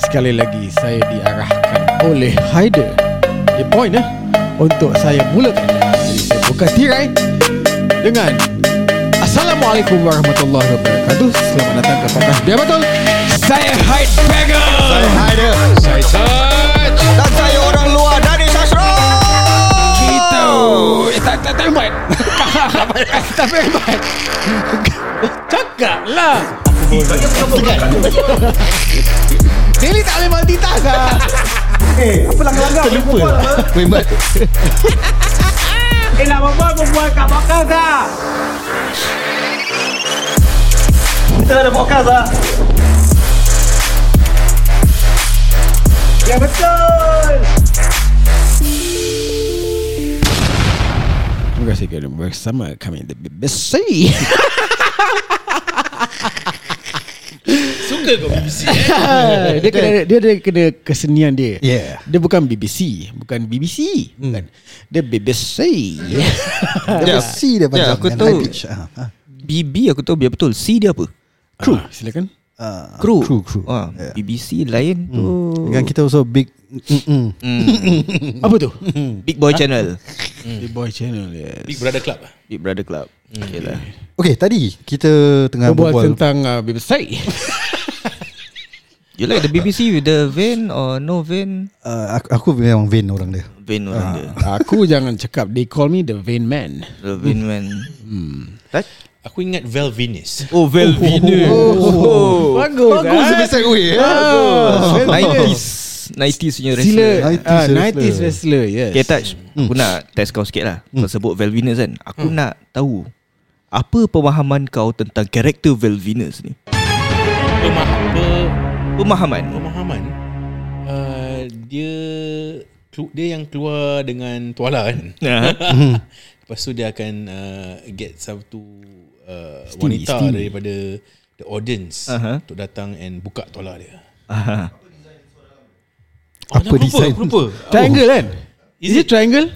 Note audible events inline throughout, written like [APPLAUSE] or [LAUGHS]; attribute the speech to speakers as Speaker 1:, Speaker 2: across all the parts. Speaker 1: Sekali lagi saya diarahkan oleh Haider Dia point eh Untuk saya mulakan Jadi saya buka tirai Dengan Assalamualaikum warahmatullahi wabarakatuh Selamat datang ke podcast Biar Betul Saya Haid Bagel
Speaker 2: Saya Haider Saya Search Dan saya orang luar dari Sastro
Speaker 1: Gitu eh, tak, tak, tak hebat Tak hebat Cakap lah Daily tak boleh multitask lah
Speaker 2: Eh, apa langgar-langgar Terlupa Memang
Speaker 3: Eh nak berbual berbual kat podcast lah Kita ada podcast lah Ya betul
Speaker 1: Terima kasih kerana bersama kami The BBC
Speaker 4: Suka kau BBC eh?
Speaker 1: [LAUGHS] dia kena dia ada kena kesenian dia.
Speaker 2: Yeah.
Speaker 1: Dia bukan BBC, bukan BBC, hmm. bukan. Dia BBC.
Speaker 4: [LAUGHS]
Speaker 2: Ya.
Speaker 5: Dia C dia panjang
Speaker 2: Ya, aku
Speaker 5: kan,
Speaker 2: tahu.
Speaker 5: high pitch. Ah, ah.
Speaker 4: BB aku tahu biar betul C dia apa?
Speaker 1: Crew, ah, silakan.
Speaker 5: Ah,
Speaker 4: Crew
Speaker 5: Crew crew.
Speaker 4: ah,
Speaker 5: Yeah.
Speaker 4: BBC lain tu
Speaker 5: Kan kita also big Mm-mm.
Speaker 1: Apa tu?
Speaker 5: Hmm.
Speaker 4: Big Boy Channel
Speaker 1: Big Boy Channel. Yes.
Speaker 4: Big Brother Club Big Brother Club
Speaker 5: Hmm.
Speaker 4: Okay lah
Speaker 5: Okay tadi Kita tengah
Speaker 1: Berbual
Speaker 5: berbual
Speaker 1: tentang uh, [LAUGHS] BBC.
Speaker 4: You like the BBC with the vein or no Ah. vein?
Speaker 5: uh, aku, aku memang vain orang dia
Speaker 4: Vein orang dia
Speaker 1: Aku jangan cakap they call me the vain man.
Speaker 4: The vein man Touch?
Speaker 6: Aku ingat Velvinis.
Speaker 4: Hmm. Oh Velvina oh,
Speaker 1: Bagus. eh?
Speaker 5: Bagus dia besar gue
Speaker 1: Bagus.
Speaker 4: 90s 90s punya
Speaker 1: Sila
Speaker 4: wrestler
Speaker 5: Wrestler.
Speaker 1: 90s,
Speaker 5: 90s
Speaker 1: wrestler. wrestler. Yes. Hmm.
Speaker 4: Okay Touch Aku nak test kau sikit lah Kau sebut Velvinus kan Aku nak tahu Apa pemahaman kau tentang karakter Velvinus ni?
Speaker 6: Pemaham, pe,
Speaker 4: Pemahaman
Speaker 1: [LAUGHS]
Speaker 6: pemahaman uh, dia kelu- dia yang keluar dengan tuala kan.
Speaker 4: Ah.
Speaker 6: Lepas tu dia akan uh, get satu uh,
Speaker 1: Steamy,
Speaker 6: wanita
Speaker 1: steamy.
Speaker 6: daripada the audience
Speaker 4: Aha.
Speaker 6: untuk datang and buka tuala dia.
Speaker 4: Aha. Oh,
Speaker 5: Apa design?
Speaker 6: Aku lupa.
Speaker 1: Triangle kan?
Speaker 6: Is
Speaker 1: Is it
Speaker 6: it?
Speaker 1: triangle?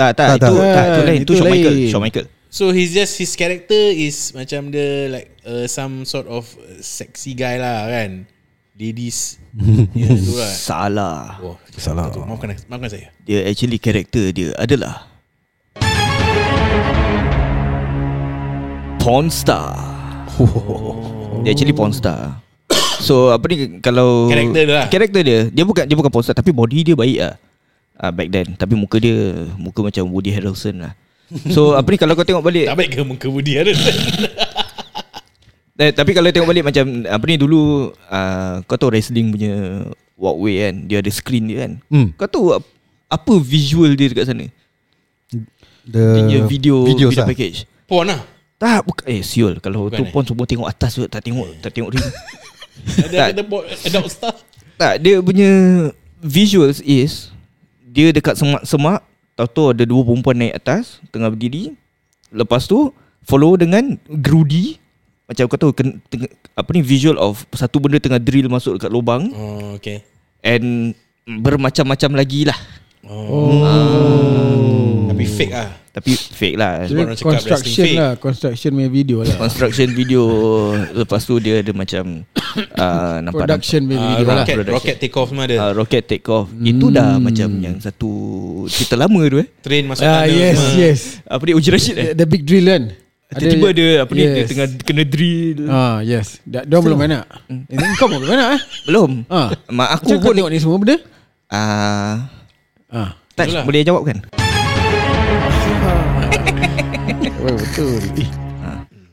Speaker 4: Tak tak
Speaker 5: Tak,
Speaker 4: itu
Speaker 1: tak.
Speaker 4: tak itu lain itu
Speaker 1: Itu
Speaker 4: Shawn
Speaker 1: lain.
Speaker 4: Michael Shawn Michael.
Speaker 6: So he's just his character is macam dia like uh, some sort of uh, sexy guy lah kan. Ladies. ya tu lah.
Speaker 4: Salah.
Speaker 6: Oh, salah. Tu. Maafkan, maafkan saya.
Speaker 4: Dia actually karakter dia adalah porn star. Dia actually porn star. So apa ni kalau
Speaker 6: Karakter dia lah.
Speaker 4: Karakter dia. Dia bukan dia bukan porn star tapi body dia baik ah. Uh, back then tapi muka dia muka macam Woody Harrelson lah.
Speaker 6: [LAUGHS]
Speaker 4: So apa ni kalau kau tengok balik
Speaker 6: Tak baik ke muka Woody [LAUGHS] Harrelson?
Speaker 4: Eh, tapi kalau tengok balik macam apa ni dulu uh, kau tahu wrestling punya walkway kan dia ada screen dia kan.
Speaker 5: Hmm.
Speaker 4: Kau tahu ap- apa visual dia dekat sana?
Speaker 5: The
Speaker 4: Dia punya video video,
Speaker 5: videos
Speaker 4: video
Speaker 5: lah.
Speaker 4: package.
Speaker 6: Porn lah.
Speaker 4: Tak bukan eh siul kalau
Speaker 6: Bukan
Speaker 4: tu
Speaker 6: eh?
Speaker 4: pun semua tengok atas tu tak tengok tak tengok ring. Tak.
Speaker 6: Ada ada bo- adult star.
Speaker 4: tak dia punya visuals is dia dekat semak-semak tahu-tahu ada dua perempuan naik atas tengah berdiri. Lepas tu follow dengan grudi macam kau tahu ken- teng- apa ni visual of satu benda tengah drill masuk dekat lubang.
Speaker 6: Oh, okay.
Speaker 4: And bermacam-macam lagi lah
Speaker 6: Tapi fake ah.
Speaker 4: Tapi fake lah
Speaker 6: Kira-
Speaker 1: Kira
Speaker 6: orang cakap
Speaker 1: construction
Speaker 6: wrestling
Speaker 1: lah, construction punya video lah.
Speaker 4: Construction video Lepas tu dia ada macam [COUGHS] uh, Nampak
Speaker 1: Production punya
Speaker 6: Uh,
Speaker 1: video lah.
Speaker 6: rocket,
Speaker 4: production.
Speaker 6: rocket take off semua ada.
Speaker 4: nampak, uh, Rocket take off Itu dah macam yang satu Cerita lama tu eh
Speaker 6: Train masuk
Speaker 1: Ah
Speaker 6: tanah
Speaker 1: yes,
Speaker 6: semua.
Speaker 1: yes.
Speaker 4: Apa ni Uji Rashid eh Ah,
Speaker 1: The, the big drill kan
Speaker 4: Tiba-tiba ada Apa ni Dia
Speaker 1: yes.
Speaker 4: tengah kena drill
Speaker 1: Ah yes Dia dia orang belum anak Eh, Kau pun belum anak eh
Speaker 4: Belum
Speaker 1: Ah.
Speaker 4: Mak aku
Speaker 1: Macam kau
Speaker 4: pun
Speaker 1: tengok ni semua benda
Speaker 4: uh,
Speaker 1: Ah,
Speaker 4: Touch
Speaker 6: Itulah.
Speaker 4: boleh jawab kan
Speaker 1: well, betul. Ih,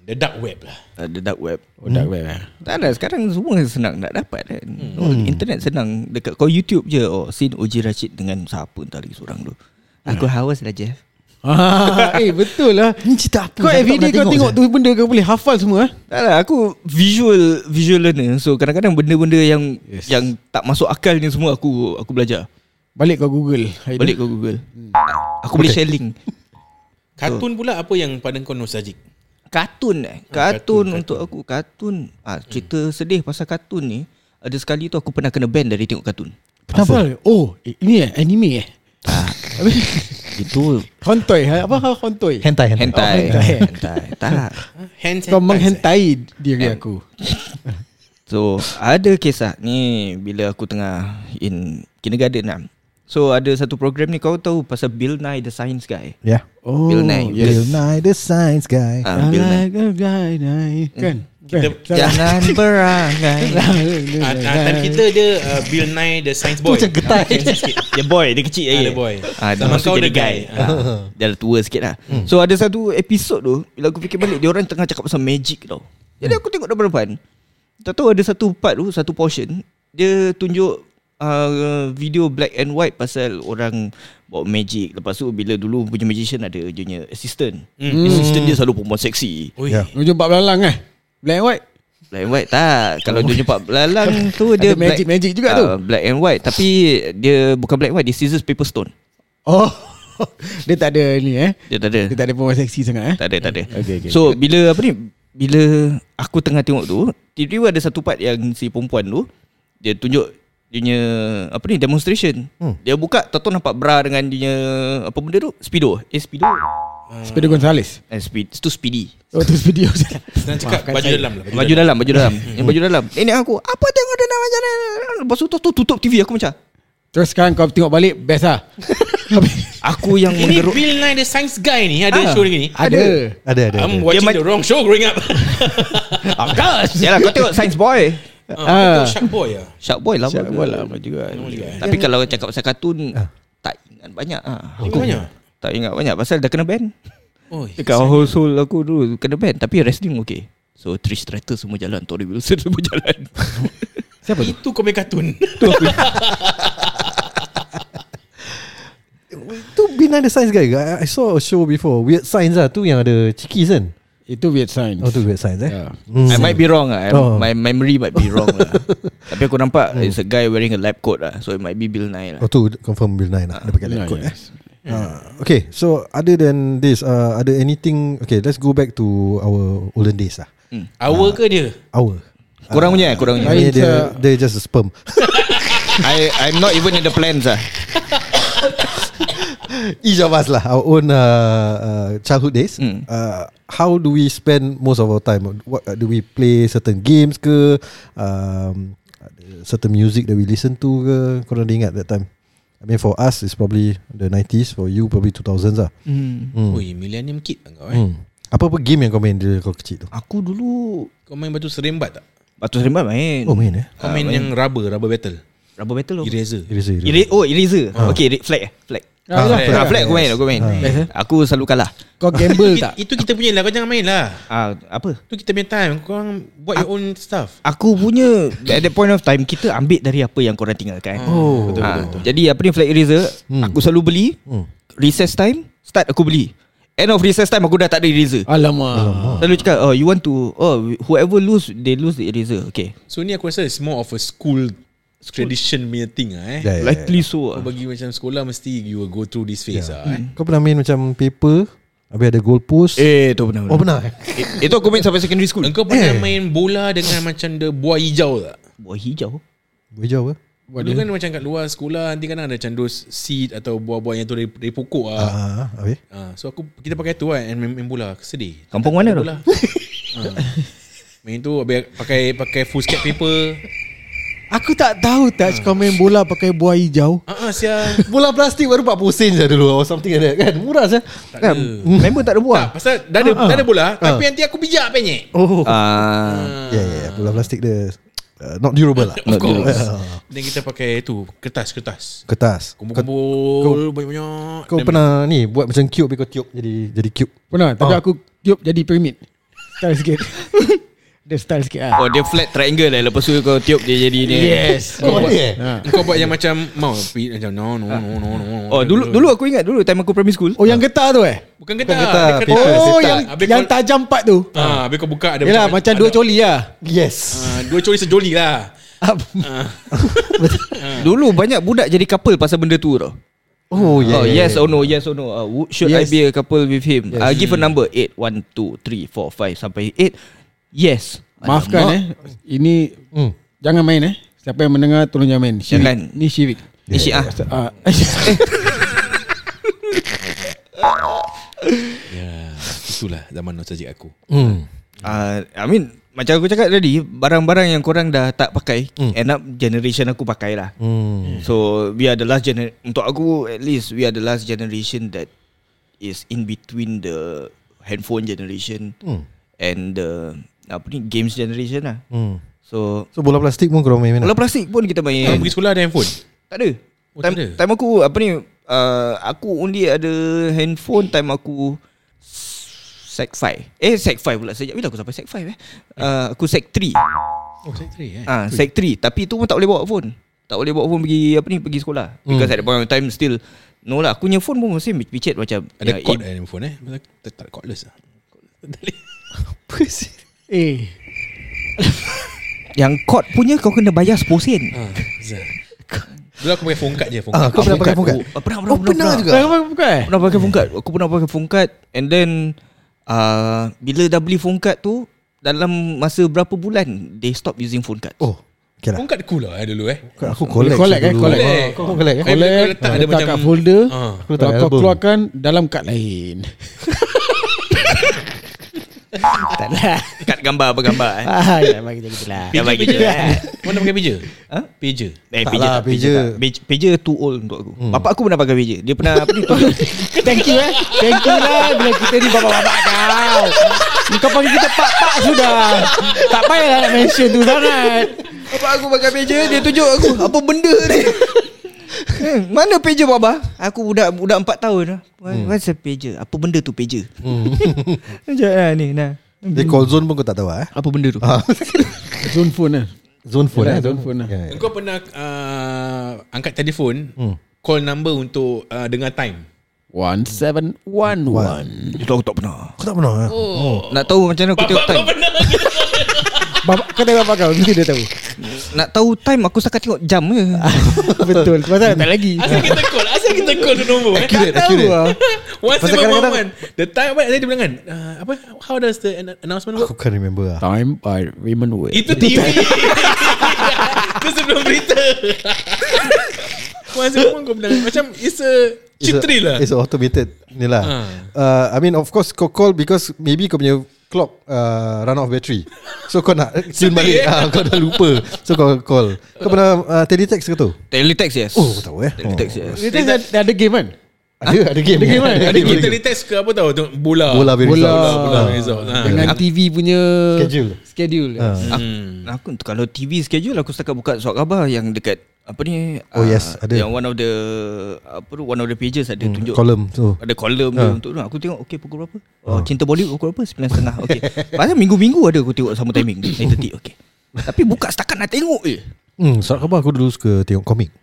Speaker 6: The dark web lah.
Speaker 4: Uh, The dark web
Speaker 1: oh, dark web eh.
Speaker 4: Tak ada Sekarang semua senang nak dapat kan hmm. Internet senang Dekat kau YouTube je Oh scene Uji Rashid Dengan siapa entah lagi seorang tu Aku hawas lah Jeff
Speaker 1: Ah, eh betul lah.
Speaker 5: Ni cerita apa
Speaker 1: Kau
Speaker 5: Saya tak
Speaker 1: everyday
Speaker 5: pernah
Speaker 1: kau tengok tu benda kau boleh hafal semua eh.
Speaker 4: Tak lah aku visual visual learner so kadang-kadang benda-benda yang yes. yang tak masuk akal ni semua aku aku belajar.
Speaker 1: Balik kau Google. Haidar.
Speaker 4: Balik ke Google. Hmm. Aku boleh share link.
Speaker 6: Kartun pula apa yang pada kau nostalgic?
Speaker 4: Kartun eh. Kartun, kartun untuk aku kartun. Ah cerita sedih pasal kartun ni ada sekali tu aku pernah kena ban dari tengok kartun.
Speaker 1: Kenapa? Asal, oh, eh, ini eh anime eh. [LAUGHS]
Speaker 4: Itu
Speaker 1: Hontoi. ha? Apa hal hontoi?
Speaker 5: Hentai hentai
Speaker 4: Oh, hentai. hentai. Tak.
Speaker 6: Hands
Speaker 1: Kau menghentai diri aku.
Speaker 4: So ada kisah ni bila aku tengah in kindergarten lah. So ada satu program ni kau tahu pasal Bill Nye the Science Guy.
Speaker 5: Yeah.
Speaker 1: Oh,
Speaker 4: Bill Nye.
Speaker 1: yes.
Speaker 5: Bill Nye Ya. the science guy.
Speaker 4: Ah, Bill Nye. ya.
Speaker 1: Like a guy, Nye. Kan?
Speaker 6: Kita-
Speaker 1: Kan? Salah.
Speaker 4: Jangan berangai.
Speaker 6: Ah, ah, Time kita dia uh, Bill Nye the Science Boy
Speaker 5: macam getai.
Speaker 6: Kecil sikit
Speaker 4: Dia boy, dia kecil lagi.
Speaker 6: Ah, dia boy.
Speaker 4: Ah, dia
Speaker 6: Zaman
Speaker 4: masuk
Speaker 6: kau
Speaker 4: jadi
Speaker 6: dia
Speaker 4: guy.
Speaker 6: guy.
Speaker 4: Ah, dia dah tua sikit lah. So ada satu episod tu, bila aku fikir balik, dia orang tengah cakap pasal magic tau. Jadi aku tengok depan-depan. Tak tahu ada satu part tu, satu portion, dia tunjuk uh, video black and white pasal orang bawa magic. Lepas tu bila dulu punya magician ada dia punya assistant.
Speaker 6: Hmm.
Speaker 4: Hmm. Assistant dia selalu perempuan seksi.
Speaker 6: Ui.
Speaker 5: Yeah.
Speaker 1: Menuju empat belalang eh? Black and white?
Speaker 4: Black and white tak Kalau dia jumpa belalang tu dia
Speaker 1: Ada magic-magic juga tu.
Speaker 4: Ah, Black and white Tapi dia bukan black and white Dia scissors paper stone
Speaker 1: Oh. [LAUGHS] dia tak ada ni eh?
Speaker 4: Dia tak ada
Speaker 1: Dia tak ada perempuan seksi sangat eh?
Speaker 4: Tak ada tak ada
Speaker 1: Okay, okay.
Speaker 4: So bila apa ni Bila aku tengah tengok tu Tiba-tiba ada satu part yang si perempuan tu Dia tunjuk dia punya apa ni demonstration. Hmm. Dia buka tahu nampak bra dengan dia punya apa benda tu? Speedo. Eh speedo.
Speaker 1: Sepeda Gonzales.
Speaker 4: Eh speed tu speedy.
Speaker 1: Oh, tu sepeda Gonzales.
Speaker 6: Senang cakap baju dalam lah
Speaker 4: Baju dalam, baju dalam. Yang baju dalam. Nenek aku, apa tengok dia nak macam ni? Lepas tu tu tutup TV aku macam.
Speaker 1: Terus sekarang kau tengok balik, best lah. Habis-
Speaker 4: Aku yang
Speaker 6: Ini
Speaker 4: menggerut.
Speaker 6: Bill Nye the Science Guy ni Ada
Speaker 1: Ah,
Speaker 6: show dia ni
Speaker 1: Ada.
Speaker 5: Ada ada.
Speaker 6: I'm
Speaker 5: ada.
Speaker 6: watching
Speaker 4: Dia
Speaker 6: the wrong show growing up
Speaker 4: Of course. [LAUGHS] Yalah kau tengok Science Boy.
Speaker 6: Ah, Shark Boy lah
Speaker 4: Shark Boy lama. Ah.
Speaker 1: Shark
Speaker 4: ke?
Speaker 1: Boy lama juga. eh.
Speaker 4: Tapi kalau cakap pasal kartun tak ingat banyak
Speaker 1: Oh,
Speaker 4: ah.
Speaker 6: Tengok banyak
Speaker 4: Tak ingat banyak pasal dah kena ban.
Speaker 6: Oi.
Speaker 4: Dekat household aku dulu kena ban tapi wrestling okey. So Trish Stratus semua jalan, Tori Wilson [LAUGHS] semua jalan.
Speaker 1: Siapa tu?
Speaker 6: Itu komik kartun
Speaker 5: Tu Bill Nye the science guy. ke? I, I saw a show before. Weird science lah. Tu yang ada cikis kan.
Speaker 1: Itu weird signs. Ya,
Speaker 5: Oh tu weird science eh.
Speaker 1: Yeah.
Speaker 4: I might be wrong lah.
Speaker 5: Oh.
Speaker 4: Oh. Hmm. My memory might be wrong [LAUGHS] lah. tapi aku nampak it's a guy wearing a lab coat lah. So it might be Bill Nye lah.
Speaker 5: Oh tu confirm Bill Nye lah. Dia pakai lab coat eh.
Speaker 1: yes.
Speaker 5: Ah, okay, so other than this, uh, ada anything? Okay, let's go back to our olden days lah.
Speaker 4: Hmm.
Speaker 6: Hour ke dia
Speaker 5: Our.
Speaker 4: Kurang punya, eh, kurang punya.
Speaker 5: I mean,
Speaker 1: Lain
Speaker 5: they're,
Speaker 1: macam-
Speaker 5: they're just a sperm.
Speaker 4: I I'm not even in the plans lah.
Speaker 5: Each of us lah, our own uh, uh, childhood days.
Speaker 4: Mm.
Speaker 5: Uh, how do we spend most of our time? What uh, do we play? Certain games ke? Um, ada certain music that we listen to ke? Korang ada ingat that time? I mean, for us, it's probably the 90s. For you, probably 2000s lah.
Speaker 6: Ui millennium kid lah kau eh
Speaker 5: Hmm. Apa-apa game yang kau main dulu kau kecil tu?
Speaker 4: Aku dulu
Speaker 6: Kau main batu serembat tak
Speaker 4: Batu Seremban main. Oh.
Speaker 5: Oh, main eh?
Speaker 6: Kau Ah, main yang rubber Rubber battle
Speaker 4: Rubber battle. apa?
Speaker 6: Eraser
Speaker 5: Eraser, eraser.
Speaker 4: Eri- oh eraser. Ha. Okay, re- flag eh. Flag.
Speaker 1: Ah,
Speaker 4: Ah,
Speaker 1: lah,
Speaker 4: flag.
Speaker 1: flag.
Speaker 4: Ah, flag aku main, aku main. Aku selalu kalah.
Speaker 1: Kau
Speaker 5: [LAUGHS]
Speaker 1: gamble
Speaker 6: It-
Speaker 1: tak?
Speaker 6: Itu kita punya lah Kau jangan main lah
Speaker 4: Ah, apa?
Speaker 6: Tu kita punya time Kau orang buat your own stuff
Speaker 4: Aku punya at that point of time kita ambil dari apa yang korang tinggalkan. Oh, betul, betul, betul. Jadi apa ni flag eraser? Hmm. Aku selalu beli. Hmm. Recess time, start aku beli. End of recess time aku dah tak ada eraser.
Speaker 1: Alamak.
Speaker 4: Selalu cakap, oh you want to, oh whoever lose they lose the eraser. Okay,
Speaker 6: So ni aku rasa It's more of a school Tradition punya thing lah eh
Speaker 5: Yeah, yeah, yeah.
Speaker 4: likely so. ah.
Speaker 6: Kau bagi macam sekolah Mesti you will go through this phase lah eh
Speaker 5: Kau pernah main macam paper, habis ada goal post.
Speaker 4: Eh, tu benar.
Speaker 5: Oh, pernah eh?
Speaker 4: Eh, Itu aku main sampai secondary school.
Speaker 6: Engkau pernah main bola Dengan macam the Buah hijau tak
Speaker 4: Buah hijau.
Speaker 5: Hijau ke?
Speaker 6: Dulu kan macam kat luar sekolah Nanti kadang ada macam Those seed atau buah-buah Yang tu dari, dari pokok lah uh.
Speaker 5: Ah, habis?
Speaker 6: So aku Kita pakai tu kan And main, main bola Aku Sedih
Speaker 4: Kampung mana tu?
Speaker 6: Ah. Main tu habis Pakai pakai full skate paper
Speaker 1: Aku tak tahu tak kau main bola pakai buah hijau.
Speaker 6: Ah, ah sial
Speaker 5: Bola plastik baru 40 sen je dulu Or something like that kan Murah je
Speaker 4: Kan, member tak ada buah.
Speaker 6: Tak, pasal dah ada, dah ada bola Tapi nanti aku bijak penyek
Speaker 5: Oh
Speaker 4: Ah,
Speaker 5: Ya yeah, yeah, yeah. bola plastik dia uh, Not durable lah
Speaker 6: Of course Dan kita pakai tu Kertas-kertas
Speaker 5: Kertas Kau,
Speaker 6: Kumpul-kumpul Banyak-banyak
Speaker 5: kau
Speaker 6: Dan
Speaker 5: pernah ni Buat macam cube Tapi kau tiup jadi jadi cube
Speaker 1: Pernah tapi
Speaker 5: Ah.
Speaker 1: aku tiup jadi piramid. Style
Speaker 5: [LAUGHS]
Speaker 1: sikit. Dia style sikit ah.
Speaker 4: Oh dia flat triangle lah Lepas tu kau tiup dia jadi ni
Speaker 1: Yes.
Speaker 5: Oh, ada eh?
Speaker 6: Kau buat yang macam Mau pi- Macam no no no no no
Speaker 4: Oh dulu dulu aku ingat dulu Time aku primary school
Speaker 1: Oh yang getah tu eh?
Speaker 6: Bukan
Speaker 5: kertas,
Speaker 6: kertas dia kertas.
Speaker 5: paper.
Speaker 1: Oh
Speaker 5: setak.
Speaker 1: yang
Speaker 6: Habis
Speaker 1: yang
Speaker 6: kau-
Speaker 1: tajam part tu.
Speaker 6: Ah, habis kau buka ada
Speaker 1: Yalah macam dua
Speaker 6: ada-
Speaker 1: coli lah.
Speaker 5: Yes
Speaker 6: Ah, dua coli sejoli lah.
Speaker 4: Dulu banyak budak jadi couple Pasal benda tu tau
Speaker 5: Oh
Speaker 4: Oh
Speaker 5: yeah
Speaker 4: yes or no Yes or no uh, wo- Should I
Speaker 1: Yes.
Speaker 4: be a couple with him yes. uh, Give a number 8 1, 2, 3, 4, 5 Sampai 8 Yes
Speaker 1: Maafkan eh. Ini
Speaker 5: Hmm.
Speaker 1: jangan main eh. Siapa yang mendengar tolong jangan main. Syirik.
Speaker 4: Jangan.
Speaker 1: Ni syirik.
Speaker 4: Ni syiah
Speaker 5: [LAUGHS]
Speaker 1: Ah.
Speaker 5: Eh.
Speaker 6: Ya, itulah zaman nostalgic aku.
Speaker 5: hmm.
Speaker 4: uh, I mean Macam aku cakap tadi Barang-barang yang korang dah tak pakai mm. End up generation aku pakai lah
Speaker 5: Hmm.
Speaker 4: So we are the last generation Untuk aku at least We are the last generation that Is in between the Handphone generation
Speaker 5: Hmm.
Speaker 4: And the Apa ni Games generation lah
Speaker 5: Hmm.
Speaker 4: So
Speaker 5: So bola plastik pun korang main mana?
Speaker 4: Bola plastik pun kita main
Speaker 6: Kau pergi sekolah ada handphone
Speaker 4: Tak ada
Speaker 6: Oh,
Speaker 4: time,
Speaker 6: tak ada.
Speaker 4: time aku Apa ni uh, Aku only ada Handphone time aku Sec 5 Eh sec 5 pula Sejak bila aku sampai sec 5 eh uh, Aku sec 3
Speaker 6: Oh sec 3 eh
Speaker 4: Ah, sec 3 Tapi tu pun tak boleh bawa phone Tak boleh bawa phone pergi Apa ni Pergi sekolah
Speaker 6: Hmm.
Speaker 4: Because at that point of time still No lah Aku punya phone pun Masih picit macam
Speaker 6: Ada
Speaker 4: ya,
Speaker 6: cord
Speaker 4: eh,
Speaker 6: eh handphone eh Masa aku tak, tak cordless lah
Speaker 1: Eh
Speaker 4: Yang cord punya Kau kena bayar 10 sen
Speaker 6: Ah, Zah. Dulu aku pakai phone card je phone
Speaker 5: Ah,
Speaker 6: card.
Speaker 5: kau pernah pakai phone card?
Speaker 4: Oh, pernah, pernah,
Speaker 5: Oh, pernah juga.
Speaker 1: Tak apa bukan eh?
Speaker 4: Pernah pakai phone card Aku pernah pakai phone card And then uh, Bila dah beli phone card tu Dalam masa berapa bulan They stop using phone card
Speaker 5: Oh, okay lah.
Speaker 6: Phone card cool lah eh, dulu eh
Speaker 5: Kau- Aku collect.
Speaker 1: collect,
Speaker 5: je
Speaker 1: eh,
Speaker 5: dulu.
Speaker 1: collect.
Speaker 5: Oh, Kau kau collect eh?
Speaker 6: Eh, bila
Speaker 1: Collect,
Speaker 6: kau letak, ada
Speaker 1: letak
Speaker 6: macam-
Speaker 1: kat folder
Speaker 6: Ah.
Speaker 5: Aku letak
Speaker 1: Kalau kau
Speaker 5: album.
Speaker 1: keluarkan Dalam kad lain Tak lah
Speaker 4: Kad gambar apa gambar [LAUGHS] eh?
Speaker 1: Ah, ya, bagi kita lah.
Speaker 4: Gambar kita eh.
Speaker 6: [LAUGHS] Kau nak pakai pager?
Speaker 5: Ha?
Speaker 4: Huh?
Speaker 6: Pager
Speaker 4: Eh, pager Hmm.
Speaker 5: Tak lah,
Speaker 4: tak, pager
Speaker 5: pager.
Speaker 4: tak. Pager- Pager too old untuk aku Bapak aku pernah pakai pager Dia pernah apa ni, tunjuk-
Speaker 1: Thank you eh. Thank you lah bila kita ni bapak-bapak kau. Kau panggil kita pak-pak sudah. Tak payahlah nak mention tu sangat.
Speaker 4: [LAUGHS] Bapak aku pakai pager Dia tunjuk aku Apa benda [LAUGHS] ni Eh, mana pager baba? Aku budak budak 4 tahun lah. What, What's a pager? Apa benda tu pager? [LAUGHS] Sekejap lah ni nah.
Speaker 5: Dia call zone pun kau tak tahu eh?
Speaker 4: Apa benda tu?
Speaker 1: Zone phone lah.
Speaker 5: [LAUGHS] Zone phone
Speaker 1: Yalah,
Speaker 5: eh?
Speaker 1: zone phone lah.
Speaker 5: Ya, ya.
Speaker 6: Kau pernah uh, angkat telefon
Speaker 5: Hmm.
Speaker 6: Call number untuk uh, dengar time
Speaker 1: One seven one one.
Speaker 4: Itu aku tak pernah.
Speaker 5: Kau tak pernah eh?
Speaker 1: Oh.
Speaker 4: Nak tahu macam mana aku tengok time?
Speaker 1: [LAUGHS] Bapak kau tengok bapak kau mesti dia tahu.
Speaker 4: Nak tahu time aku setakat tengok jam
Speaker 1: [LAUGHS]
Speaker 4: je.
Speaker 1: Betul. Pasal tak lagi.
Speaker 6: Asal kita call Asal kita call the number eh?
Speaker 5: Accurate,
Speaker 1: Tahu
Speaker 5: accurate.
Speaker 1: lah.
Speaker 6: [LAUGHS]
Speaker 5: Pasal
Speaker 6: Once in a
Speaker 5: kadang-kadang-
Speaker 6: moment The time apa Tadi dia bilang kan uh, Apa How does the an-
Speaker 5: [LAUGHS]
Speaker 6: announcement work
Speaker 5: Aku can't remember lah.
Speaker 1: Time by Raymond Wood.
Speaker 6: Itu TV [LAUGHS] Itu sebelum
Speaker 5: [LAUGHS]
Speaker 6: berita Once in a moment kau bilang Macam it's a
Speaker 5: It's
Speaker 6: Cheap
Speaker 5: a-
Speaker 6: thrill lah
Speaker 5: It's a automated ni lah.
Speaker 6: Ha.
Speaker 5: Uh, I mean of course kau call because maybe kau punya clock uh, run out of battery. So kau nak tune balik.
Speaker 6: eh?
Speaker 5: Ah, kau dah lupa. So kau call. Kau pernah uh, teletext ke tu?
Speaker 4: Teletext yes.
Speaker 5: Oh, kau tahu eh.
Speaker 4: Teletext yes.
Speaker 1: Kita dah, dah ada game kan?
Speaker 5: Oh. Ada ada game. Ada
Speaker 1: game, kan?
Speaker 6: Ada kita retest ke apa tau tengok Bola
Speaker 5: Bola very
Speaker 1: Bola. Ah.
Speaker 5: soft. Ah.
Speaker 6: Bola result ha.
Speaker 1: Dengan TV punya
Speaker 5: Schedule.
Speaker 1: Schedule.
Speaker 5: Ah.
Speaker 4: Aku, aku kalau TV schedule aku setakat buka surat khabar yang dekat apa ni?
Speaker 5: Oh,
Speaker 4: ah,
Speaker 5: yes, ada.
Speaker 4: Yang one of the apa tu one of the pages ada
Speaker 1: Hmm,
Speaker 4: tunjuk
Speaker 5: Column tu.
Speaker 4: ada kolom
Speaker 1: Ah.
Speaker 4: dia untuk tu. Aku tengok okey pukul berapa? Oh, cinta Bollywood pukul berapa?
Speaker 1: [LAUGHS]
Speaker 4: 9.30. Okey. Pasal minggu-minggu ada aku tengok sama timing. 9.30 okey. Tapi buka setakat nak tengok je.
Speaker 5: Hmm, surat khabar aku dulu suka tengok komik.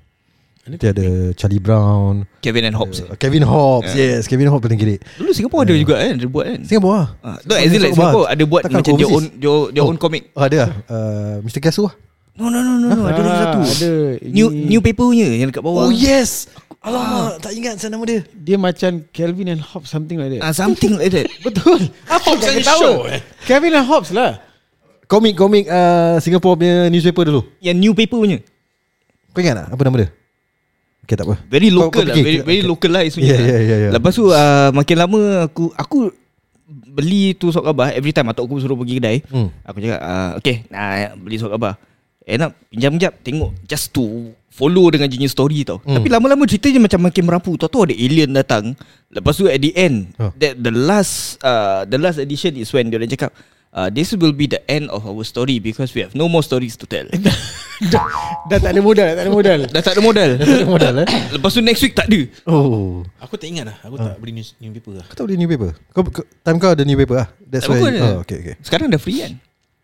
Speaker 5: Nanti ada Charlie Brown,
Speaker 4: Kevin and Hobbes.
Speaker 5: uh, Kevin Hobbs. Yes, Kevin Hobbs paling gila.
Speaker 4: Dulu Singapore ada juga kan, dia buat kan.
Speaker 5: Singapore lah.
Speaker 4: Ah, no, as in like Singapore ada buat macam their own their, their own comic.
Speaker 5: Oh, ada lah. Uh, Mr. Kiasu lah.
Speaker 4: No no no no, no. ada lagi
Speaker 1: Ah,
Speaker 4: satu.
Speaker 1: ada.
Speaker 4: New
Speaker 1: Ini-
Speaker 4: new paper punya yang dekat bawah.
Speaker 5: Oh yes. Alamak, tak ingat saya nama dia.
Speaker 1: Dia macam Calvin and Hobbes something like that.
Speaker 4: Ah, something like that.
Speaker 1: Betul. Apa kau
Speaker 6: and Shaw,
Speaker 1: tahu?
Speaker 6: eh?
Speaker 1: Calvin and Hobbes lah.
Speaker 5: Komik-komik uh, Singapore punya newspaper dulu.
Speaker 4: Yang new paper punya.
Speaker 5: Kau ingat tak apa nama dia? Okay, tak apa.
Speaker 4: Very
Speaker 5: Kau-
Speaker 4: local
Speaker 5: kau
Speaker 4: lah
Speaker 5: fikir.
Speaker 4: Very, very
Speaker 5: Okay.
Speaker 4: local lah isunya
Speaker 5: Yeah,
Speaker 4: lah.
Speaker 5: yeah, yeah, yeah.
Speaker 4: Lepas tu uh, Makin lama Aku Aku Beli tu surat khabar Every time atuk aku suruh pergi kedai
Speaker 5: Hmm.
Speaker 4: Aku cakap uh, Okay nah, Beli surat khabar End up Pinjam-pinjam Tengok Just to Follow dengan jenis story tau hmm. Tapi lama-lama cerita je Macam makin merapu Tahu-tahu ada alien datang Lepas tu at the end
Speaker 5: Oh.
Speaker 4: that The last uh, The last edition is when Dia orang cakap uh, This will be the end of our story Because we have no more stories to tell
Speaker 1: Dah tak ada modal, tak ada modal.
Speaker 4: Dah tak ada modal
Speaker 5: modal eh.
Speaker 4: [COUGHS] Lepas tu next week tak ada
Speaker 5: Oh.
Speaker 6: Aku tak ingat lah Aku
Speaker 5: Ha.
Speaker 6: tak beli news, newspaper lah
Speaker 5: Kau tak boleh newspaper. Kau, kau time kau ada newspaper lah. That's
Speaker 4: Tak
Speaker 5: why.
Speaker 4: apa pun.
Speaker 5: Oh, okay, [LAUGHS] okay.
Speaker 4: Sekarang dah free kan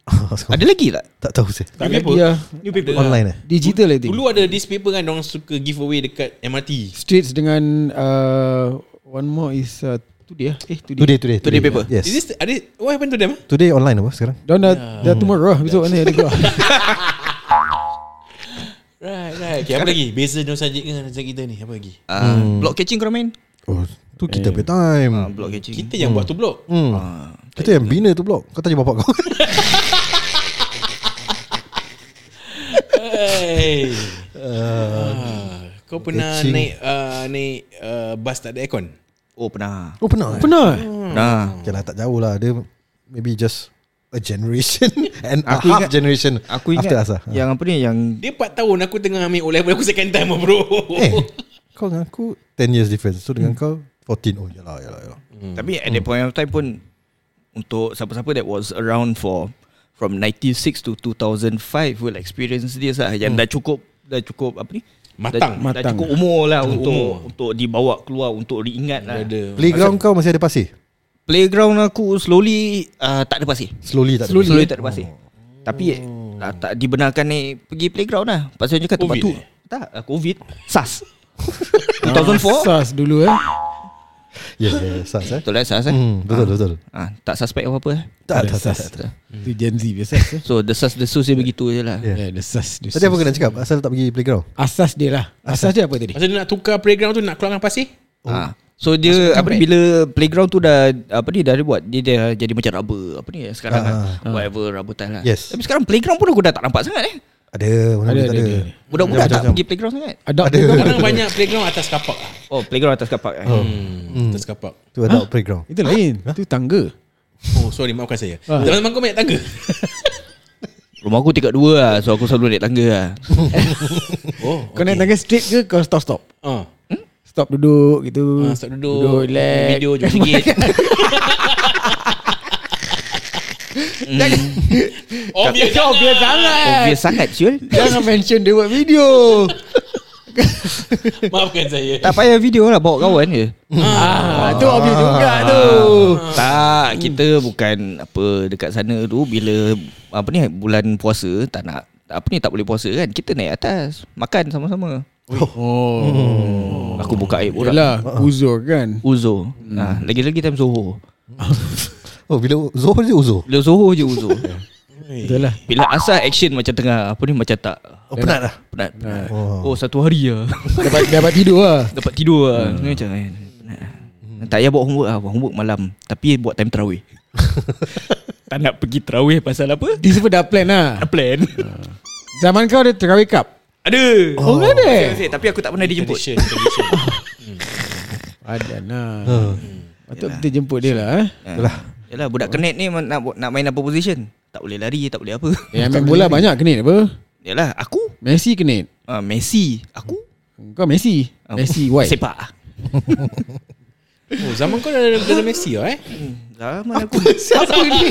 Speaker 5: Ada
Speaker 4: Ada lagi tak
Speaker 5: tak tahu saya.
Speaker 1: Tak lagi lah.
Speaker 6: New paper
Speaker 5: Online eh.
Speaker 1: Digital lah
Speaker 6: Dulu ada this paper kan Orang suka giveaway dekat MRT
Speaker 1: Streets dengan uh, One more is uh, Today lah Eh today,
Speaker 5: Today, today.
Speaker 4: Today paper.
Speaker 5: Yes.
Speaker 6: Is this are they, What happened to them eh?
Speaker 5: Today online apa sekarang?
Speaker 1: Dah dah, dah tomorrow lah Besok mana ada [LAUGHS] keluar
Speaker 6: Right right okay, Apa lagi Beza dengan subjek dengan subjek kita ni Apa lagi
Speaker 4: uh, Block catching korang main
Speaker 5: Oh, tu kita punya time.
Speaker 4: uh, Block Ah, catching
Speaker 6: Kita yang buat tu blok
Speaker 5: Hmm. Kita yang bina tu blok. Kau tanya bapak kau.
Speaker 6: Hey. Ah, Kau pernah
Speaker 5: catching.
Speaker 6: naik uh, Naik uh, Bus tak ada aircon
Speaker 4: Oh pernah
Speaker 5: oh, pernah. eh?
Speaker 1: Pernah eh?
Speaker 4: Pernah
Speaker 5: Okay lah, tak jauh lah. Dia maybe just a generation [LAUGHS] and
Speaker 4: Aku
Speaker 5: a half
Speaker 4: ingat-
Speaker 5: generation
Speaker 4: Aku ingat ya.
Speaker 5: after us lah.
Speaker 4: Yang apa ni Yang
Speaker 6: Dia 4 tahun aku tengah ambil O-level aku second time lah, bro.
Speaker 5: Eh, kau dengan aku 10 years difference. So dengan kau 14. Oh, yalah, yalah, yalah.
Speaker 4: Tapi at that point of time pun Untuk siapa-siapa that was around for From 96 to 2005 Will experience this lah
Speaker 5: Hmm.
Speaker 4: Yang dah cukup Dah cukup apa ni
Speaker 6: [LAUGHS] Matang.
Speaker 4: dah, dah
Speaker 1: Matang.
Speaker 4: cukup umur lah
Speaker 6: Cukup
Speaker 4: Untuk
Speaker 6: umur.
Speaker 4: untuk dibawa keluar Untuk diingat lah
Speaker 6: Ada.
Speaker 5: Playground kau masih ada pasir?
Speaker 4: Playground aku slowly uh, Tak ada pasir
Speaker 5: Slowly tak ada
Speaker 4: Slowly,
Speaker 5: pasir? Oh.
Speaker 4: tak ada pasir Tapi lah, Tak dibenarkan ni Pergi playground lah Pasal je kat tempat
Speaker 6: Covid
Speaker 4: tu
Speaker 6: eh?
Speaker 4: Tak ah,
Speaker 5: [LAUGHS]
Speaker 4: Covid SARS
Speaker 5: Ah,
Speaker 4: 2004
Speaker 1: SARS dulu eh
Speaker 5: Yes, yes, SARS eh.
Speaker 4: Betul lah SARS eh
Speaker 5: Hmm, betul, betul.
Speaker 4: ah, Tak suspect apa-apa eh
Speaker 5: Tak, tak, tak, tak, tak.
Speaker 1: Itu Gen Z biasa eh.
Speaker 4: So the SARS the SUS dia begitu je lah
Speaker 5: Yeah.
Speaker 1: Yeah, the SARS the
Speaker 5: Tadi apa
Speaker 1: SARS.
Speaker 5: kena cakap? Asal tak pergi playground?
Speaker 1: Asas dia lah Asas dia apa tadi?
Speaker 6: Masa dia nak tukar playground tu nak keluarkan pasir?
Speaker 4: Ah. So dia apa ni bila playground tu dah apa ni dah dia buat dia dah jadi macam rubber apa ni sekarang
Speaker 5: Ah,
Speaker 4: ah, whatever rubber tile lah.
Speaker 5: Yes.
Speaker 4: Tapi sekarang playground pun aku dah tak nampak sangat eh.
Speaker 5: Ada, mana
Speaker 1: Ada,
Speaker 5: ada,
Speaker 1: ada,
Speaker 5: ada.
Speaker 1: ada.
Speaker 4: Budak-budak tak
Speaker 5: Macam-macam.
Speaker 4: pergi playground sangat.
Speaker 1: Adult
Speaker 5: Ada.
Speaker 1: program.
Speaker 6: Sekarang banyak playground atas kapak. lah.
Speaker 4: Oh, playground atas kapak. Eh. Oh.
Speaker 6: Hmm. Atas kapak.
Speaker 5: Tu adult playground.
Speaker 1: Itu lain Itu tangga
Speaker 6: Oh, sorry maafkan saya. Zaman kau banyak tangga.
Speaker 4: Rumah aku tingkat dua lah So aku selalu naik tangga [LAUGHS] lah
Speaker 6: Oh.
Speaker 1: Kau naik tangga straight ke Kau stop-stop
Speaker 6: Ah.
Speaker 1: Stop duduk gitu
Speaker 6: Ah, stop duduk,
Speaker 1: relax
Speaker 6: video [LAUGHS] joget.
Speaker 1: Hmm.
Speaker 6: Obvious. Obvious sangat.
Speaker 4: Obvious sangat Syul
Speaker 1: [LAUGHS] Jangan mention dia buat video
Speaker 6: Maafkan saya.
Speaker 4: Tak payah video lah Bawa kawan je
Speaker 1: ah, Itu obvious juga tu
Speaker 4: Ah. Tak Kita bukan Apa Dekat sana tu Bila Apa ni Bulan puasa Tak nak apa ni tak boleh puasa kan Kita naik atas Makan sama-sama Oh, Aku buka air orang
Speaker 1: Yalah Uzur kan
Speaker 4: Uzo hmm. ha, Lagi-lagi time Zohor
Speaker 5: Oh, bila Zohor je Uzo.
Speaker 4: Bila Zohor je [LAUGHS] Uzo
Speaker 1: Betul lah
Speaker 4: Bila asal action macam tengah Apa ni macam tak
Speaker 5: Oh, penat dah.
Speaker 4: Penat, lah. penat. Oh. satu hari lah
Speaker 1: Dapat, dapat tidur lah
Speaker 4: [LAUGHS] Dapat tidur lah hmm. Macam eh, penat lah. Tak payah buat homework lah Buat Homework malam Tapi buat time terawih [LAUGHS] Tak nak pergi terawih pasal apa?
Speaker 1: Dia semua dah plan lah
Speaker 4: Ada plan
Speaker 1: Zaman kau ada terawih cup
Speaker 4: Ada
Speaker 1: Oh, kan ada
Speaker 4: Asyik, Tapi aku tak pernah dijemput
Speaker 6: Tradition, tradition.
Speaker 1: Ada lah Patut kita jemput dia lah eh.
Speaker 6: Ha.
Speaker 4: Yalah Yalah budak
Speaker 1: Oh.
Speaker 4: kenet ni nak, nak main apa position Tak boleh lari Tak boleh apa
Speaker 1: Yang main bola banyak kenit apa
Speaker 4: [LAUGHS] Yalah aku
Speaker 1: Messi kenit
Speaker 4: ah, Messi Aku
Speaker 1: Kau Messi
Speaker 4: Ah,
Speaker 1: Messi white
Speaker 4: Sepak
Speaker 6: Oh, zaman kau dah dah ada Messi lah eh.
Speaker 4: Zaman aku
Speaker 1: Siapa ni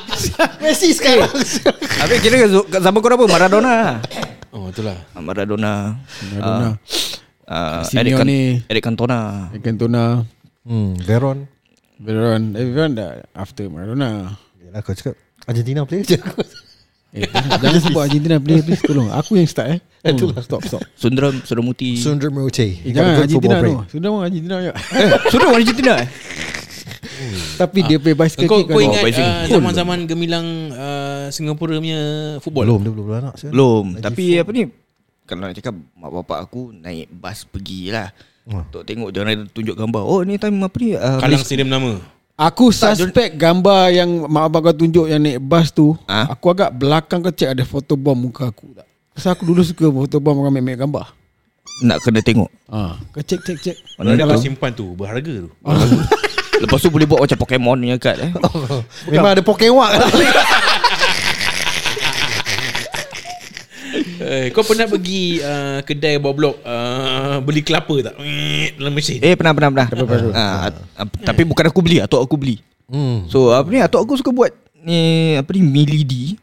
Speaker 1: [LAUGHS] Messi sekarang
Speaker 4: [LAUGHS] Habis kira kat- kat zaman kau apa? Maradona
Speaker 6: Oh, itulah.
Speaker 4: Ah, Maradona
Speaker 1: Maradona.
Speaker 4: Ah, ah, Eric, Can-
Speaker 1: Simeone
Speaker 4: Eric Cantona
Speaker 1: Cantona
Speaker 5: Hmm, Veron.
Speaker 1: Veron Everyone dah After Maradona
Speaker 5: Yalah kau cakap Argentina play je.
Speaker 6: [LAUGHS]
Speaker 1: Eh, jangan- jangan sebut Argentina please, please tolong. Aku yang start eh. Tolong, stop stop.
Speaker 4: Sundram Sundramuti
Speaker 5: Sundar Murti.
Speaker 1: Eh, jangan Argentina tu. Sudah mau Argentina
Speaker 6: [LAUGHS]
Speaker 1: ya.
Speaker 4: Sundram Argentina eh?
Speaker 1: Tapi dia play bicycle
Speaker 6: Kau,
Speaker 1: kick
Speaker 6: kau
Speaker 1: kan.
Speaker 6: ingat
Speaker 4: bicycle.
Speaker 6: ah, zaman-zaman gemilang ah, Singapura punya football?
Speaker 5: Belum, dia belum beranak. sial.
Speaker 4: Belum Tapi apa ni Kalau nak cakap Mak bapak aku Naik bas pergilah Untuk tengok Jangan ada tunjuk gambar Oh ni time apa ni uh,
Speaker 6: Kalang stadium nama.
Speaker 1: Aku suspect gambar yang mak abang kau tunjuk yang naik bas tu,
Speaker 4: Ah.
Speaker 1: aku agak belakang kau check ada photobomb muka aku tak. Pasal aku dulu suka photobomb orang ambil gambar.
Speaker 4: Nak kena tengok
Speaker 1: Ha, kau check check check.
Speaker 4: Mana
Speaker 6: Mana
Speaker 4: ada
Speaker 6: kau lah simpan tu Berharga tu
Speaker 4: Lepas tu boleh buat macam Pokemon punya kad eh.
Speaker 5: Memang ada Pokewak lah.
Speaker 6: eh, Kau pernah pergi uh, Kedai bawah blok uh, Beli kelapa tak Dalam mesin
Speaker 4: Eh pernah pernah pernah. Ah, at- ap- tapi bukan aku beli, atuk aku beli.
Speaker 5: Hmm.
Speaker 4: So apa ni atuk aku suka buat ni apa ni milidi.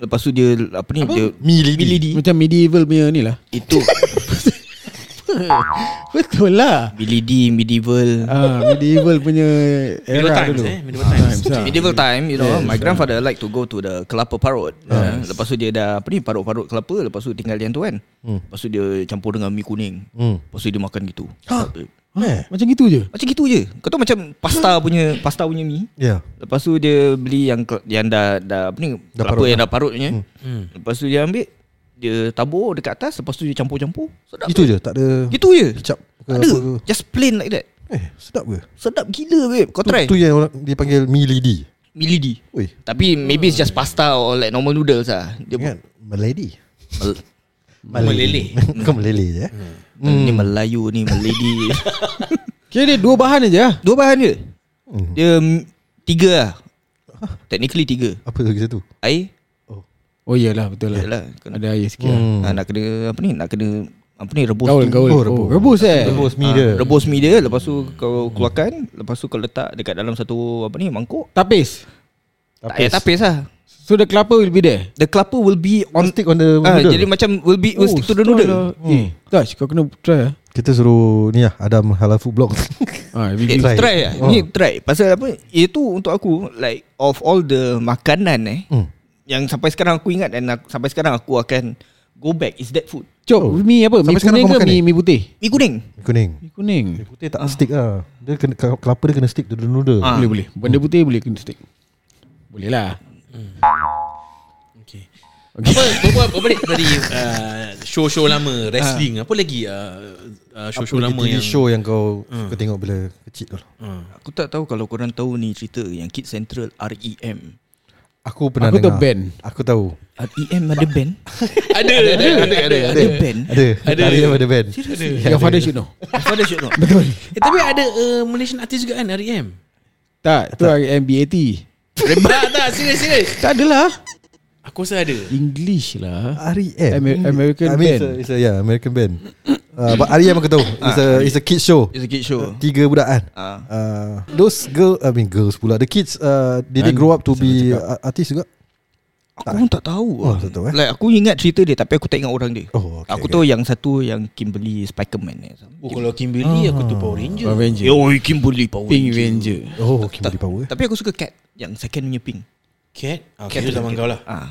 Speaker 4: Lepas tu dia apa ni dia
Speaker 5: Milidi.
Speaker 4: milidi.
Speaker 1: Macam medieval punya ni lah.
Speaker 4: Itu
Speaker 1: Betul lah.
Speaker 4: milidi medieval.
Speaker 1: Ah, medieval punya
Speaker 6: Medieval
Speaker 1: era
Speaker 6: times
Speaker 1: dulu.
Speaker 6: eh Medieval times
Speaker 1: Times, ah.
Speaker 4: Medieval time You know My grandfather like to go to the Kelapa parut Ah, Lepas tu dia dah Apa ni Parut-parut kelapa Lepas tu tinggal yang tu kan Lepas tu dia campur dengan mi kuning
Speaker 5: Hmm.
Speaker 4: Lepas tu dia makan gitu
Speaker 5: Eh.
Speaker 1: Macam gitu je.
Speaker 4: Macam gitu je Kau tahu macam
Speaker 5: Hmm.
Speaker 4: Pasta punya Pasta punya mi
Speaker 5: Ya.
Speaker 4: Lepas tu dia beli yang kel- yang dah dah apa ni
Speaker 5: Dah
Speaker 4: dah kelapa
Speaker 5: parut lah.
Speaker 4: yang dah parut punya. Hmm. Lepas tu dia ambil dia tabur dekat atas lepas tu dia campur-campur. Sedap.
Speaker 5: Itu je, tak ada
Speaker 4: Gitu je.
Speaker 5: kicap ke
Speaker 4: Tak
Speaker 5: apa
Speaker 4: Ada.
Speaker 5: ke.
Speaker 4: Just plain like that.
Speaker 5: Eh, sedap ke?
Speaker 4: Sedap gila babe. Kau
Speaker 5: Tu,
Speaker 4: try.
Speaker 5: tu yang orang dia panggil milidi.
Speaker 4: Milidi.
Speaker 5: Oi,
Speaker 4: Tapi maybe it's just pasta or like normal noodles lah. Dia
Speaker 5: ingat Melady.
Speaker 4: Mel-
Speaker 6: Meleleh
Speaker 5: [LAUGHS] Kau meleleh je. eh?
Speaker 4: Hmm. ni Melayu ni
Speaker 1: [LAUGHS]
Speaker 4: Melidi.
Speaker 1: Kira dia Hmm. dua bahan aja.
Speaker 5: Hmm.
Speaker 4: Dua bahan je. Dia m- tiga lah. Technically tiga
Speaker 5: Apa lagi satu
Speaker 4: Air
Speaker 1: Oh iyalah betul lah.
Speaker 4: Yalah, kena,
Speaker 1: Ada air sikit. Hmm.
Speaker 4: hmm. ha, Nak kena Apa ni Nak kena Apa ni rebus
Speaker 1: Gaul,
Speaker 4: tu.
Speaker 1: gaul. Oh,
Speaker 5: Oh, rebus.
Speaker 1: rebus. rebus eh.
Speaker 5: Rebus mi
Speaker 4: Ah,
Speaker 5: dia
Speaker 4: Rebus mi dia Lepas tu kau keluarkan Lepas tu kau letak Dekat dalam satu Apa ni mangkuk
Speaker 1: Tapis.
Speaker 4: Tak payah tapis lah
Speaker 1: So the kelapa will be there.
Speaker 4: The kelapa will be on
Speaker 5: On stick on the
Speaker 4: Ah,
Speaker 5: noodle
Speaker 4: Jadi macam Will be will stick to the
Speaker 1: stall lah.
Speaker 4: noodle
Speaker 1: Eh, Taj, kau kena try ah.
Speaker 5: Kita suruh Ni lah Adam halal food blog
Speaker 1: Ah, we- we-
Speaker 4: Eh, try,
Speaker 5: Try.
Speaker 4: try lah.
Speaker 5: Oh.
Speaker 4: Ni try. Pasal apa? Itu untuk aku like of all the makanan eh
Speaker 5: [LAUGHS] Hmm.
Speaker 4: yang sampai sekarang aku ingat dan aku, sampai sekarang aku akan go back is that food.
Speaker 1: Cok, mi apa? Mi
Speaker 5: Sampai sekarang
Speaker 1: kuning ke
Speaker 5: kau
Speaker 1: mi,
Speaker 5: makan ni?
Speaker 1: mi putih?
Speaker 4: Mi kuning.
Speaker 5: Kuning
Speaker 1: Mi kuning.
Speaker 5: Putih tak stick lah Dia kena Kelapa dia kena stick to the noodle
Speaker 4: Ah.
Speaker 1: Boleh boleh. Benda putih boleh kena stick. Boleh lah.
Speaker 6: Okay.
Speaker 1: Okay.
Speaker 6: Apa berbual berbalik dari uh, show-show lama wrestling apa lagi uh, uh, show-show
Speaker 5: Apa lagi
Speaker 6: lama
Speaker 5: TV
Speaker 6: yang
Speaker 5: show yang kau Kau tengok bila kecil tu
Speaker 4: Hmm. Aku tak tahu kalau korang tahu ni cerita yang Kid Central E REM.
Speaker 5: Aku pernah
Speaker 1: Aku tahu
Speaker 5: dengar
Speaker 1: band.
Speaker 5: Aku tahu
Speaker 4: REM E ada band?
Speaker 6: ada ada ada ada.
Speaker 4: Ada band?
Speaker 5: Ada
Speaker 6: Ada.
Speaker 5: Ada daripada band
Speaker 1: Your father should know.
Speaker 4: Father should know.
Speaker 1: Betul.
Speaker 6: Eh, tapi ada uh, Malaysian artist juga kan REM.
Speaker 1: Tak, tu lah, MBAT.
Speaker 6: tak tak serius serius.
Speaker 1: Tak
Speaker 4: lah.
Speaker 1: adalah.
Speaker 6: Aku rasa ada.
Speaker 1: English lah.
Speaker 5: R.E.M.
Speaker 1: Amer- American
Speaker 5: I mean,
Speaker 1: band.
Speaker 5: It's a, it's a, yeah, American band. Uh, but R.E.M. aku tahu. It's a, it's a kid show.
Speaker 4: It's a kid show.
Speaker 5: Tiga budak kan.
Speaker 4: Ah.
Speaker 5: Uh, those girl, I mean girls pula. The kids, uh, did
Speaker 1: Kan,
Speaker 5: they grow up to be uh, artist juga?
Speaker 4: Aku pun tak tahu.
Speaker 5: Oh,
Speaker 4: lah.
Speaker 5: tak tahu, eh.
Speaker 4: Like aku ingat cerita dia tapi aku tak ingat orang dia.
Speaker 5: Oh, okay,
Speaker 4: aku
Speaker 5: okay.
Speaker 4: tahu yang satu yang Kimberly Spikerman eh. ni.
Speaker 6: Oh, kalau Kimberly aku tu Power Ranger.
Speaker 1: Avenger.
Speaker 4: Yo, Kimberly Power
Speaker 1: Pink Ranger.
Speaker 4: Ranger.
Speaker 5: Oh, Kimberly Power.
Speaker 4: Tapi aku suka cat Yang second punya pink
Speaker 6: Cat. Ah,
Speaker 4: Cat tu
Speaker 6: Cat zaman
Speaker 4: Cat.
Speaker 6: kau lah.
Speaker 4: ah.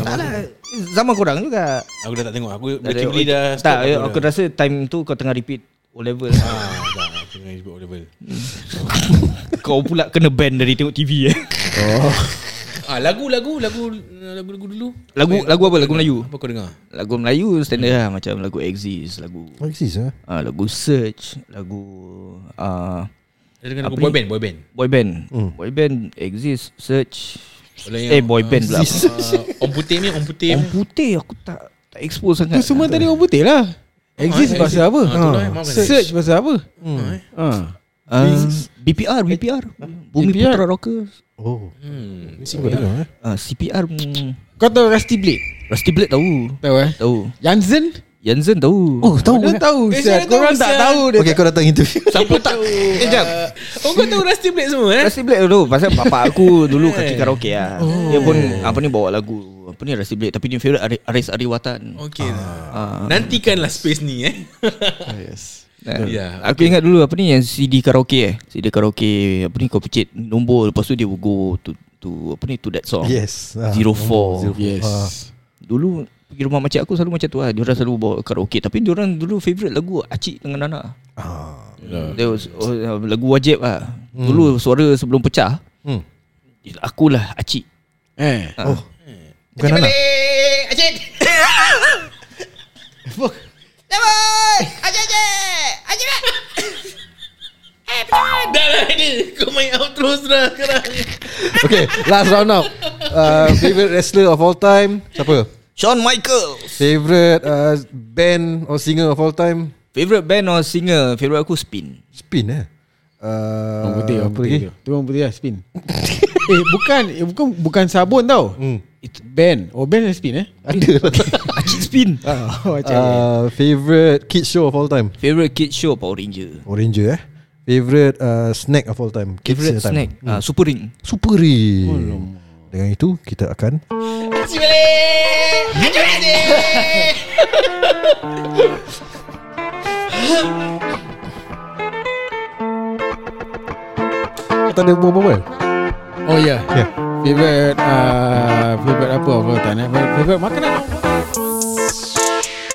Speaker 4: Tak lah Zaman korang juga
Speaker 6: Aku dah tak tengok. Aku dah
Speaker 4: Ada-
Speaker 6: Kimberly dah
Speaker 4: Tak aku, aku rasa time tu kau tengah repeat O level
Speaker 6: Ah, dah. Aku tengah disebut O level.
Speaker 4: Kau pula kena ban dari tengok TV eh
Speaker 6: Ah, lagu lagu lagu lagu lagu dulu.
Speaker 4: Lagu lagu apa? Lagu Melayu?
Speaker 6: Apa kau dengar?
Speaker 4: Lagu Melayu standard lah Macam lagu Exist Lagu
Speaker 5: Oh, exist eh?
Speaker 4: ah, lagu Search Lagu ah,
Speaker 6: Dia dengar lagu
Speaker 4: Apa
Speaker 6: boy
Speaker 4: ni?
Speaker 6: band, boy band.
Speaker 4: Boy band Boy band Exist Search
Speaker 6: Kalau
Speaker 4: Eh
Speaker 6: yang,
Speaker 4: boy band pula
Speaker 6: Ah, Om Putih ni, Om Putih.
Speaker 4: Orang putih aku tak Tak expose sangat
Speaker 1: Tu semua tadi orang putih lah. Exist pasal apa?
Speaker 6: Ah, tu lah, eh,
Speaker 1: Ha.
Speaker 6: maafkan saya.
Speaker 1: Search pasal apa? Ha.
Speaker 4: Ah, BPR BPR Bumi
Speaker 1: BPR.
Speaker 4: Putra Rockers
Speaker 5: Oh,
Speaker 6: Hmm.
Speaker 5: aku tak dengar eh.
Speaker 4: Ah, CPR mm,
Speaker 1: Kau tahu Rusty Blade?
Speaker 4: Rusty Blade tahu
Speaker 1: Tahu eh?
Speaker 4: Tahu
Speaker 1: Jansen?
Speaker 4: Jansen tahu
Speaker 5: Oh, tahu.
Speaker 1: Dia tahu. kan?
Speaker 6: Eh,
Speaker 1: sial.
Speaker 6: saya tahu,
Speaker 1: Korang tak
Speaker 6: sial.
Speaker 1: tahu dia.
Speaker 5: Okay, kau datang interview.
Speaker 4: Siapa tak Eh jap
Speaker 6: Oh kau tahu Rusty Blade semua eh?
Speaker 4: Rusty Blade dulu Pasal bapak aku dulu kaki karaoke lah Dia pun Apa ni bawa lagu Apa ni Rusty Blade Tapi dia favourite Ari- Aris Ariwatan
Speaker 6: Okey. Ah. Nantikanlah space ni eh. [LAUGHS]
Speaker 1: Ah,
Speaker 4: Nah,
Speaker 6: Ya,
Speaker 4: Aku ingat dulu Apa ni yang CD karaoke eh CD karaoke Apa ni kau picit Nombor Lepas tu dia will go To, to apa ni To that song
Speaker 5: Yes. Ah,
Speaker 4: Zero four.
Speaker 5: nombor zero four.
Speaker 1: Yes.
Speaker 5: Ah.
Speaker 4: Dulu pergi rumah macam aku selalu macam tu lah. Diorang selalu bawa karaoke. Tapi diorang dulu favourite lagu Acik dengan Nana. Ah. There was, oh, uh, lagu wajib lah. Hmm. Dulu suara sebelum pecah.
Speaker 5: Hmm.
Speaker 4: Akulah Acik.
Speaker 1: Eh.
Speaker 5: Oh. Bukan anak.
Speaker 6: Dah lah ni. Kau main outro terus sekarang.
Speaker 5: Okay, last round now. Uh, favorite wrestler of all time? Siapa?
Speaker 4: Shawn Michaels.
Speaker 5: Favorite uh, band or singer of all time?
Speaker 4: Favourite band or singer? Favourite aku
Speaker 5: [LAUGHS]
Speaker 4: Spin.
Speaker 5: Spin eh. Uh,
Speaker 1: Orang putih, orang
Speaker 5: apa
Speaker 1: putih.
Speaker 5: lagi?
Speaker 1: Ah, tu. Tu orang putih lah,
Speaker 5: [LAUGHS]
Speaker 1: spin. eh, bukan, eh, bukan bukan sabun tau.
Speaker 5: Hmm.
Speaker 1: Itu band. Oh, band ada spin eh?
Speaker 5: Ada lah.
Speaker 4: Acik Spin.
Speaker 1: Oh, macam
Speaker 5: uh, favorite kids show of all time?
Speaker 4: Favourite kid show Power Ranger.
Speaker 5: Oranger eh. Favorite uh, snack of all time? Kids
Speaker 4: Favourite
Speaker 5: time. Hmm.
Speaker 4: snack uh, Super Ring.
Speaker 5: Super oh, Dengan itu kita akan Kita ada berbual
Speaker 1: Oh, ya. Yeah.
Speaker 5: Ya.
Speaker 1: Favorite uh, favorite apa apa tak nak favorite makanan.